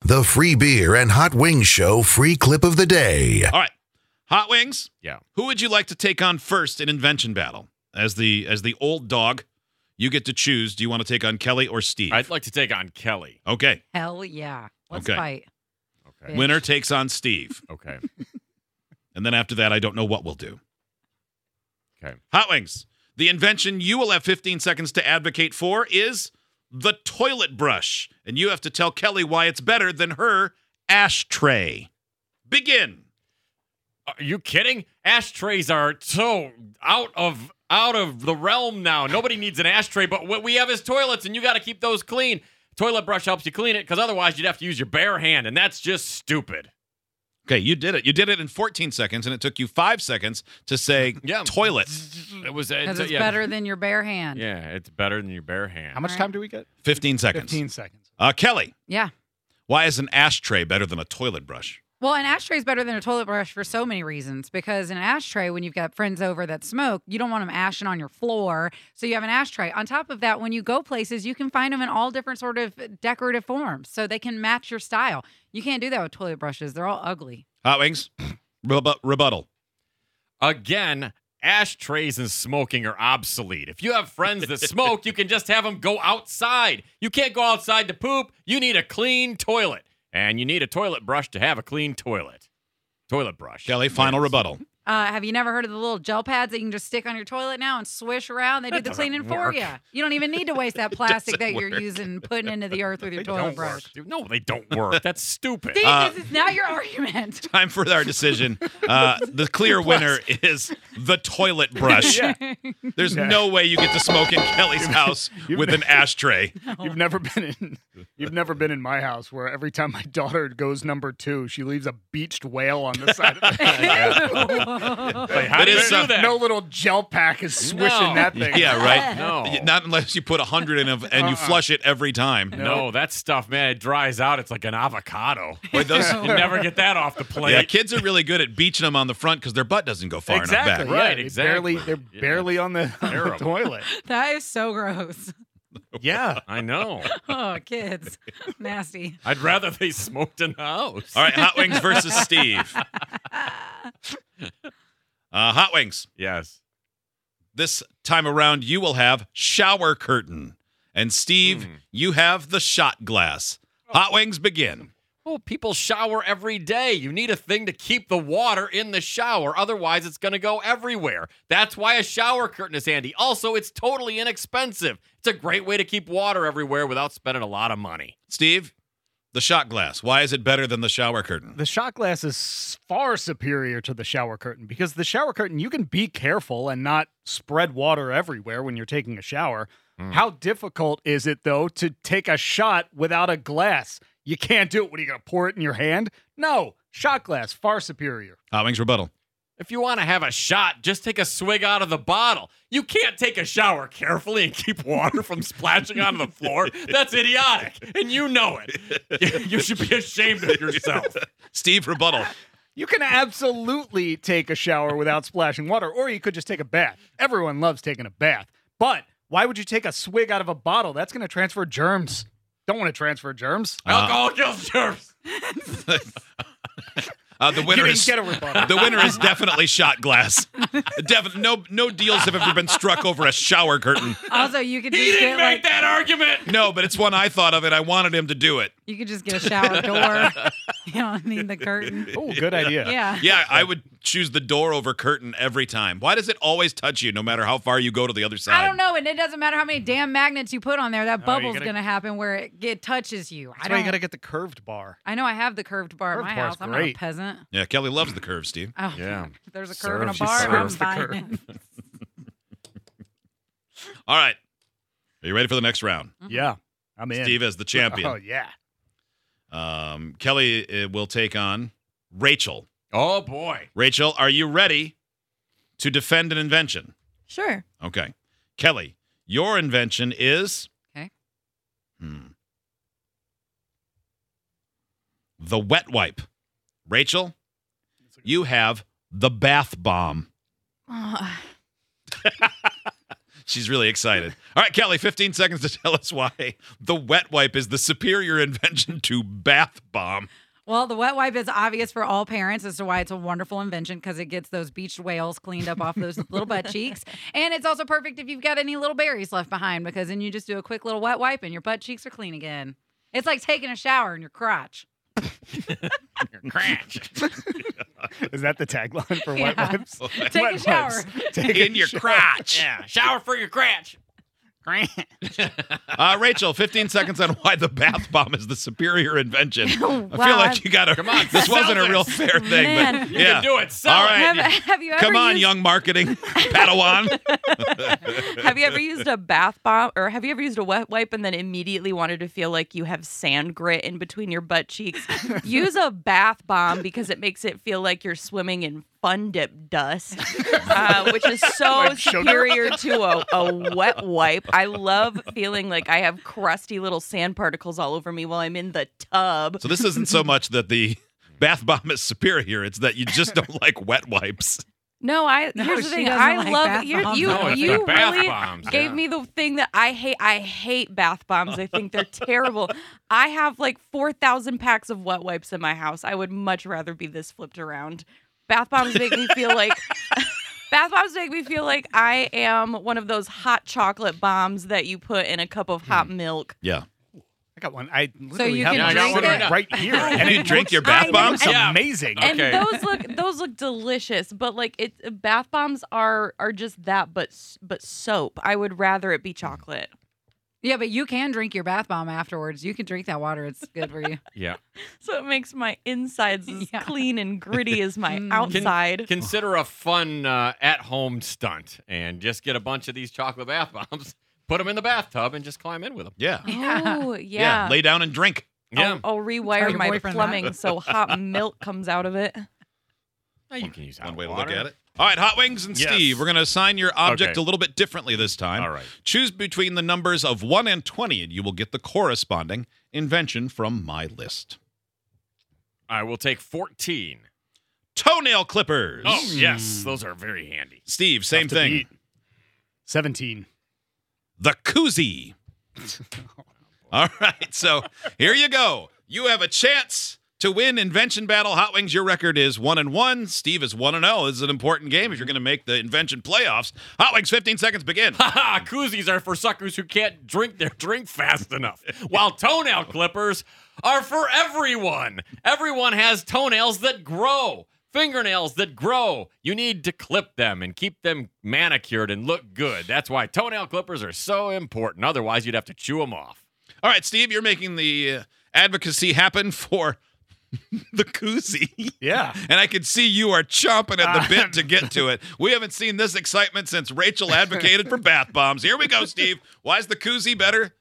The free beer and hot wings show free clip of the day. All right. Hot wings. Yeah. Who would you like to take on first in invention battle? As the as the old dog, you get to choose. Do you want to take on Kelly or Steve? I'd like to take on Kelly. okay. Hell yeah. Let's Okay. fight. Okay. Yeah. Winner takes on Steve. Okay. And then after that, I don't know what we'll do. Okay. Hot wings. The invention you will have 15 seconds to advocate for is the toilet brush. And you have to tell Kelly why it's better than her ashtray. Begin. Are you kidding? Ashtrays are so out of out of the realm now. Nobody needs an ashtray, but what we have is toilets, and you got to keep those clean. Toilet brush helps you clean it, because otherwise you'd have to use your bare hand, and that's just stupid. Okay, you did it. You did it in 14 seconds, and it took you five seconds to say Yeah. toilet. It was uh, Because it's yeah. better than your bare hand. Yeah, it's better than your bare hand. How much time do we get? 15 seconds. 15 seconds. Uh, Kelly, Yeah. why is an ashtray better than a toilet brush? Well, an ashtray is better than a toilet brush for so many reasons. Because an ashtray, when you've got friends over that smoke, you don't want them ashing on your floor. So you have an ashtray. On top of that, when you go places, you can find them in all different sort of decorative forms. So they can match your style. You can't do that with toilet brushes. They're all ugly. Hot wings, Rebu- rebuttal. Again, ashtrays and smoking are obsolete. If you have friends that smoke, you can just have them go outside. You can't go outside to poop. You need a clean toilet, and you need a toilet brush to have a clean toilet. Toilet brush. Kelly, final Yes. rebuttal. Uh, have you never heard of the little gel pads that you can just stick on your toilet now and swish around? They do That the doesn't cleaning for work. you. You don't even need to waste that plastic that you're work. using and putting into the earth with your They toilet don't brush. work. dude. No, they don't work. That's stupid. See, Uh, this is not your argument. Time for our decision. Uh, the clear winner is the toilet brush. There's no way you get to smoke in Kelly's house you've with an ashtray. You've never been in you've never been in my house where every time my daughter goes number 2, she leaves a beached whale on the side of the bed. Like, how It do you is, do uh, that? No little gel pack is swishing No. that thing. Yeah, right. no. Not unless you put a hundred in a, and you Uh-uh. flush it every time. No, that stuff, man, it dries out. It's like an avocado. Boy, those- You never get that off the plate. yeah, kids are really good at beaching them on the front because their butt doesn't go far Exactly. enough back. Right, they exactly. Barely, they're Yeah. barely on the, on the Terrible. toilet. that is so gross. Yeah. I know. Oh, kids. Nasty. I'd rather they smoked in the house. All right, Hot Wings versus Steve. Uh, Hot Wings. Yes. This time around, you will have shower curtain. And Steve, Hmm. you have the shot glass. Hot Wings begin. Well, people shower every day. You need a thing to keep the water in the shower. Otherwise, it's going to go everywhere. That's why a shower curtain is handy. Also, it's totally inexpensive. It's a great way to keep water everywhere without spending a lot of money. Steve, the shot glass. Why is it better than the shower curtain? The shot glass is far superior to the shower curtain because the shower curtain, you can be careful and not spread water everywhere when you're taking a shower. How difficult is it, though, to take a shot without a glass? You can't do it. What are you going to pour it in your hand? No, shot glass, far superior. Hot Wings rebuttal. If you want to have a shot, just take a swig out of the bottle. You can't take a shower carefully and keep water from splashing onto the floor. That's idiotic, and you know it. You should be ashamed of yourself. Steve, rebuttal. You can absolutely take a shower without splashing water, or you could just take a bath. Everyone loves taking a bath, but why would you take a swig out of a bottle? That's going to transfer germs. Don't want to transfer germs. Alcohol kills germs. Uh, the You winner didn't is get a rebuttal. the winner is definitely shot glass. Def- no, no deals have ever been struck over a shower curtain. Also, you could He just didn't get make like that argument. No, but it's one I thought of, and I wanted him to do it. you could just get a shower door. you don't need the curtain. Oh, good idea. Yeah. Yeah, I would choose the door over curtain every time. Why does it always touch you, no matter how far you go to the other side? I don't know, and it doesn't matter how many damn magnets you put on there. That Oh, you bubble's gotta- gonna happen where it, it touches you. I That's why don't. you got to get the curved bar. I know I have the curved bar Curved at my bar's house. I'm not a great. peasant. Yeah, Kelly loves the curve, Steve. Oh, Yeah. if There's a curve in a Serves- she bar. I'm serves the buying curve. it. All right, are you ready for the next round? Mm-hmm. Yeah, I'm in. Steve as the Oh champion. yeah. Um, Kelly uh, will take on Rachel. Oh boy. Rachel, are you ready to defend an invention? Sure. Okay, Kelly, your invention is Okay. Hmm. The wet wipe. Rachel, you have the bath bomb. Oh, She's really excited. All right, Kelly, 15 seconds to tell us why the wet wipe is the superior invention to bath bomb. Well, the wet wipe is obvious for all parents as to why it's a wonderful invention because it gets those beached whales cleaned up off those little butt cheeks. And it's also perfect if you've got any little berries left behind because then you just do a quick little wet wipe and your butt cheeks are clean again. It's like taking a shower in your crotch. Crash. Is that the tagline for wet Yeah. wipes? Take Wet a shower. wipes. Take a In your shower. crotch. yeah. Shower for your crash. Uh, Rachel, 15 seconds on why the bath bomb is the superior invention. I feel Wow, like you got to. Come on, This sell wasn't a this. real fair thing, Man. but You yeah. can do it. Sell All it. right. Have, have you ever Come on, used, young marketing Padawan. have you ever used a bath bomb or have you ever used a wet wipe and then immediately wanted to feel like you have sand grit in between your butt cheeks? Use a bath bomb because it makes it feel like you're swimming in fun dip dust, uh, which is so Like sugar. superior to a, a wet wipe. I love feeling like I have crusty little sand particles all over me while I'm in the tub. So this isn't so much that the bath bomb is superior; it's that you just don't like wet wipes. No, I No, here's the she thing. doesn't I like love bath you. bombs. You, No, it's you the bath really bombs, gave yeah. me the thing that I hate. I hate bath bombs. I think they're terrible. I have like four thousand packs of wet wipes in my house. I would much rather be this flipped around. Bath bombs make me feel like. Bath bombs make me feel like I am one of those hot chocolate bombs that you put in a cup of hot Hmm. milk. Yeah, I got one. I literally you have can one drink sitting it? right here. And you it drink looks- your bath I- bombs. It's Yeah. amazing. And Okay. those look those look delicious, but like it bath bombs are are just that, but s- but soap. I would rather it be Hmm. chocolate. Yeah, but you can drink your bath bomb afterwards. You can drink that water. It's good for you. Yeah. So it makes my insides as Yeah. clean and gritty as my Mm. outside. Consider a fun uh, at-home stunt and just get a bunch of these chocolate bath bombs, put them in the bathtub, and just climb in with Oh, them. yeah, Yeah. Oh yeah. Lay down and drink. Yeah. I'll, I'll Tell rewire your my boyfriend plumbing so hot milk comes out of it. you can use One hot way to water. look at it. All right, Hot Wings and Yes. Steve, we're going to assign your object Okay. a little bit differently this time. All right. Choose between the numbers of 1 and 20, and you will get the corresponding invention from my list. I will take 14. Toenail clippers. Oh, yes. Those are very handy. Steve, same Tough to thing. beat. Seventeen. The koozie. All right, so here you go. You have a chance to win invention battle. Hot Wings, your record is one and one. Steve is one and zero. This is an important game if you're going to make the invention playoffs. Hot Wings, 15 seconds, begin. Haha, koozies are for suckers who can't drink their drink fast enough, while toenail clippers are for everyone. Everyone has toenails that grow, fingernails that grow. You need to clip them and keep them manicured and look good. That's why toenail clippers are so important. Otherwise, you'd have to chew them off. All right, Steve, you're making the uh, advocacy happen for the koozie. Yeah. And I can see you are chomping at the Uh, bit to get to it. We haven't seen this excitement since Rachel advocated for bath bombs. Here we go, Steve. Why is the koozie better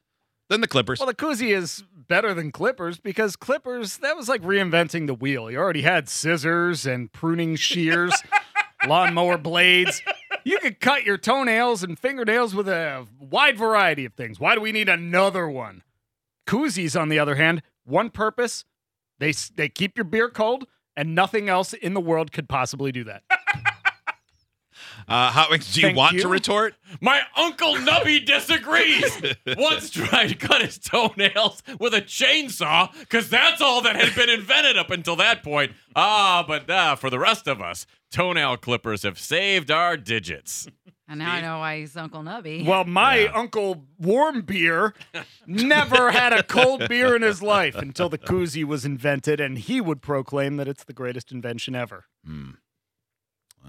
than the Clippers? Well, the koozie is better than clippers because clippers, that was like reinventing the wheel. You already had scissors and pruning shears, lawnmower blades. You could cut your toenails and fingernails with a wide variety of things. Why do we need another one? Koozies, on the other hand, one purpose they, s- they keep your beer cold, and nothing else in the world could possibly do that. Uh, Hot Wings, do you Thank want you. to retort? My uncle Nubby disagrees. Once tried to cut his toenails with a chainsaw because that's all that had been invented up until that point. Ah, but uh, for the rest of us, toenail clippers have saved our digits. And now I know why he's Uncle Nubby. Well, my Uncle Warm Beer never had a cold beer in his life until the koozie was invented, and he would proclaim that it's the greatest invention ever.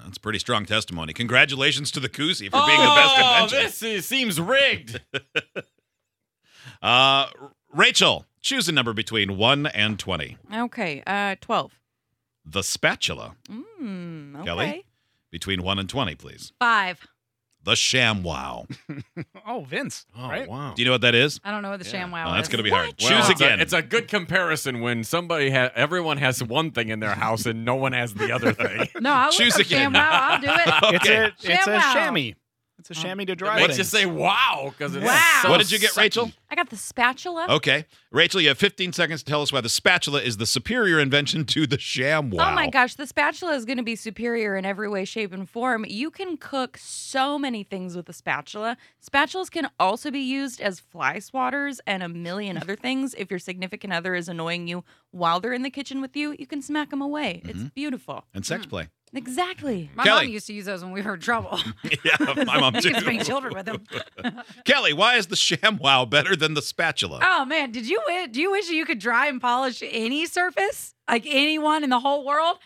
That's pretty strong testimony. Congratulations to the koozie for being the best Oh, invention. this is, seems rigged. Uh, R- Rachel, choose a number between 1 and 20. Okay, uh, twelve. The spatula, Mm, okay. Kelly? between 1 and 20, please. Five. The ShamWow. Oh, Vince. Oh, right? wow. Do you know what that is? I don't know what the sham wow Oh, that's is. going to be hard. What? choose Well, it's a- again. It's a good comparison when somebody ha- everyone has one thing in their house and no one has the other thing. No, I'll Choose again. choose again. Sham wow. I'll do it. It's Okay. a, it's a ShamWow. chamois. It's a chamois to drive. Let's in. just say wow, because it's Wow. so What did you get, sucky. Rachel? I got the spatula. Okay, Rachel, you have 15 seconds to tell us why the spatula is the superior invention to the sham wow. Oh my gosh, the spatula is going to be superior in every way, shape, and form. You can cook so many things with a spatula. Spatulas can also be used as fly swatters and a million other things. If your significant other is annoying you while they're in the kitchen with you, you can smack them away. It's beautiful. And sex Mm. play. Exactly. My Kelly. mom used to use those when we were in trouble. yeah, my mom you too. could bring children with them. Kelly, why is the sham wow better than the spatula? Oh man, did you wish, do you wish you could dry and polish any surface? Like anyone in the whole world?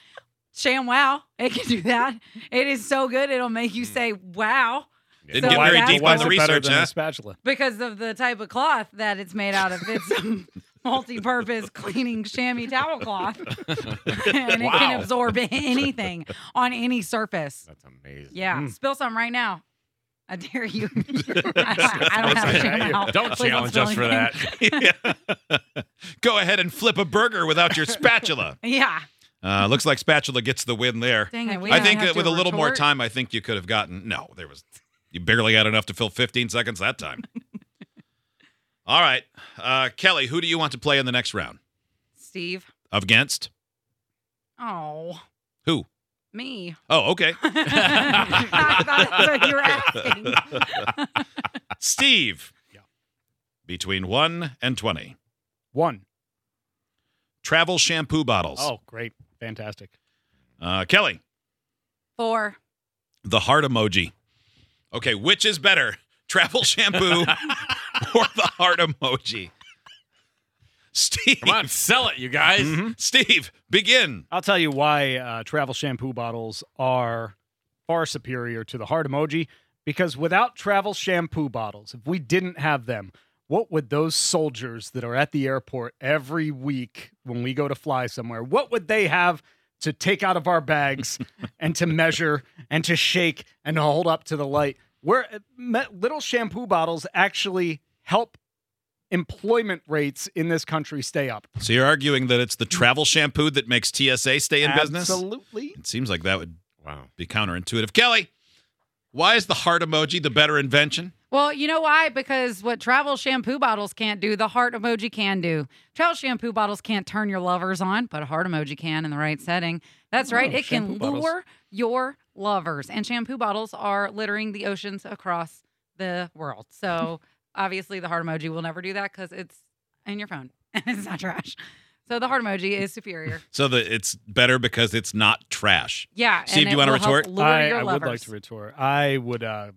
Sham wow. It can do that. It is so good it'll make Hmm. you say wow Didn't So get very that's deep why- on the it better research, than huh? a spatula? because of the type of cloth that it's made out of. It's a multi-purpose cleaning chamois towel cloth. and it Wow. can absorb anything on any surface. That's amazing. Yeah. Mm. Spill some right now. I dare you. I, don't have a sham wow. Don't Please challenge spill us for anything. that. Go ahead and flip a burger without your spatula. Yeah. Uh, looks like spatula gets the win there. Dang it. we I don't think have that to with a little more retort. time, I think you could have gotten. No, there was. You barely had enough to fill 15 seconds that time. All right, uh, Kelly, who do you want to play in the next round? Steve. Against Oh, who? me. Oh, okay. I thought that's what you were asking. Steve. Between one and 20. One. Travel shampoo bottles. Oh, great. Fantastic. Uh, Kelly. Four. The heart emoji. Okay, which is better, travel shampoo or the heart emoji? Steve, Come on, sell it, you guys. Steve, begin. I'll tell you why uh, travel shampoo bottles are far superior to the heart emoji. Because without travel shampoo bottles, if we didn't have them, what would those soldiers that are at the airport every week when we go to fly somewhere, what would they have to take out of our bags and to measure and to shake and to hold up to the light? Where me- little shampoo bottles actually help employment rates in this country stay up. So you're arguing that it's the travel shampoo that makes TSA stay in business? Absolutely. It seems like that would Wow. be counterintuitive. Kelly, why is the heart emoji the better invention? Well, you know why? Because what travel shampoo bottles can't do, the heart emoji can do. Travel shampoo bottles can't turn your lovers on, but a heart emoji can in the right setting. That's right. Oh, it can lure shampoo bottles. your lovers. And shampoo bottles are littering the oceans across the world. So obviously, the heart emoji will never do that because it's in your phone and it's not trash. So the heart emoji is superior. So that it's better because it's not trash. Yeah. Steve, and do it you wanna will help retort? Lure I, your I lovers. would like to retort. I would uh,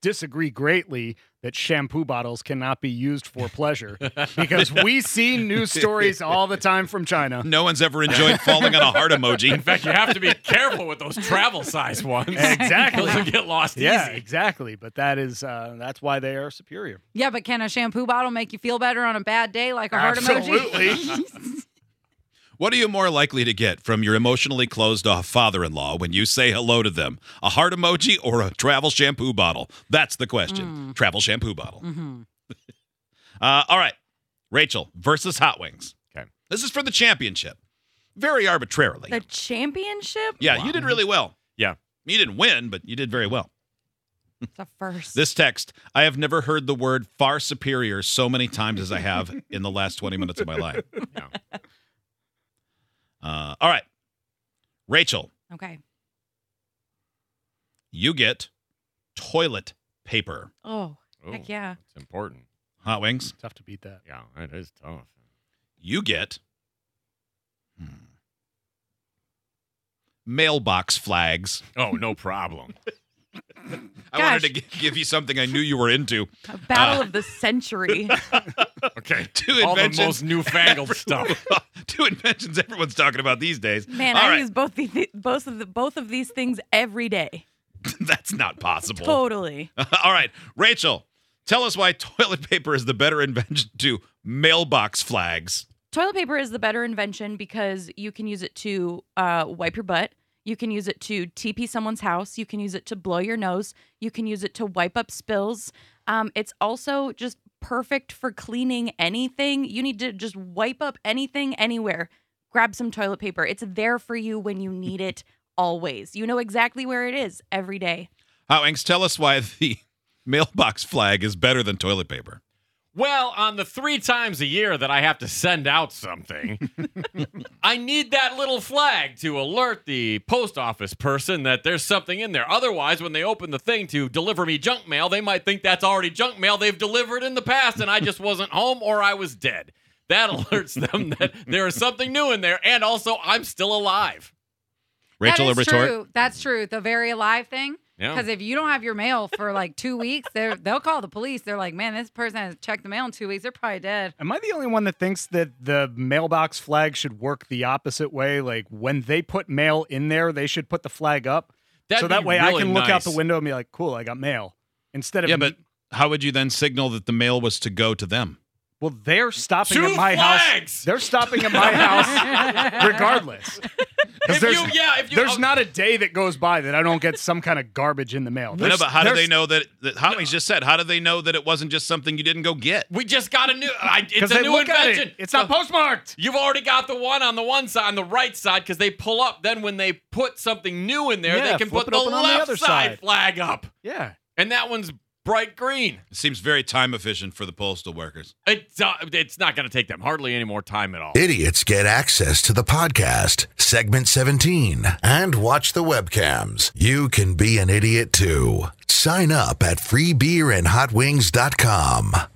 disagree greatly that shampoo bottles cannot be used for pleasure because we see news stories all the time from China. No one's ever enjoyed falling on a heart In emoji. fact, you have to be careful with those travel size ones. Exactly. Those will get lost Yeah, easy. exactly. But that is uh, that's why they are superior. Yeah, but can a shampoo bottle make you feel better on a bad day like a heart emoji? What are you more likely to get from your emotionally closed off father in law when you say hello to them? A heart emoji or a travel shampoo bottle? That's the question. Travel shampoo bottle. Mhm. Uh, all right. Rachel versus Hot Wings. Okay. This is for the championship. Very arbitrarily. The championship? yeah, you did really well. Yeah. You didn't win, but you did very well. It's a first. This text, I have never heard the word far superior so many times as I have in the last 20 minutes of my life. Yeah. Uh, all right. Rachel, okay. you get toilet paper. Oh, Ooh, Heck yeah. It's important. Hot wings. Tough to beat that. Yeah, it is tough. You get hmm, mailbox flags. Oh, no problem. I wanted to gi- give you something I knew you were into. a battle of the century. Okay. Two All the inventions. most newfangled stuff. Two inventions everyone's talking about these days. Man, All I right. use both the, both of the both of these things every day. That's not possible. Totally. All right, Rachel, tell us why toilet paper is the better invention to mailbox flags. toilet paper is the better invention because you can use it to uh, wipe your butt. You can use it to TP someone's house. You can use it to blow your nose. You can use it to wipe up spills. Um, it's also just perfect for cleaning anything. You need to just wipe up anything anywhere. Grab some toilet paper. It's there for you when you need it always. You know exactly where it is every day. Hotwings, tell us why the mailbox flag is better than toilet paper. Well, on the three times a year that I have to send out something, I need that little flag to alert the post office person that there's something in there. Otherwise, when they open the thing to deliver me junk mail, they might think that's already junk mail they've delivered in the past and I just wasn't home or I was dead. That alerts them that there is something new in there and also I'm still alive. Rachel, that is a retort. true. That's true. The very alive thing. Yeah. Because if you don't have your mail for like two weeks, they are they'll call the police. They're like, man, this person hasn't checked the mail in two weeks. They're probably dead. Am I the only one that thinks that the mailbox flag should work the opposite way? Like when they put mail in there, they should put the flag up. That'd so be that way I really can look out nice. the window and be like, cool, I got mail. Instead of Yeah, me- but how would you then signal that the mail was to go to them? well, they're stopping Two at my flags! house. They're stopping at my house regardless. 'Cause If there's, you, yeah, if you, there's oh, not a day that goes by that I don't get some kind of garbage in the mail. I know, There's- but how do there's- they know that, that Hotwings just said, how do they know that it wasn't just something you didn't go get? we just got a new. I, it's 'cause a they new look at it. invention. It's not So- postmarked. You've already got the one on the one side, on the right side, because they pull up. Then when they put something new in there, Yeah, they can flip put it the open on the left other side, side. flag up, Yeah. and that one's bright green. It seems very time efficient for the postal workers. It's uh, it's not going to take them hardly any more time at all. Idiots get access to the podcast, segment 17, and watch the webcams. You can be an idiot too. Sign up at freebeerandhotwings.com.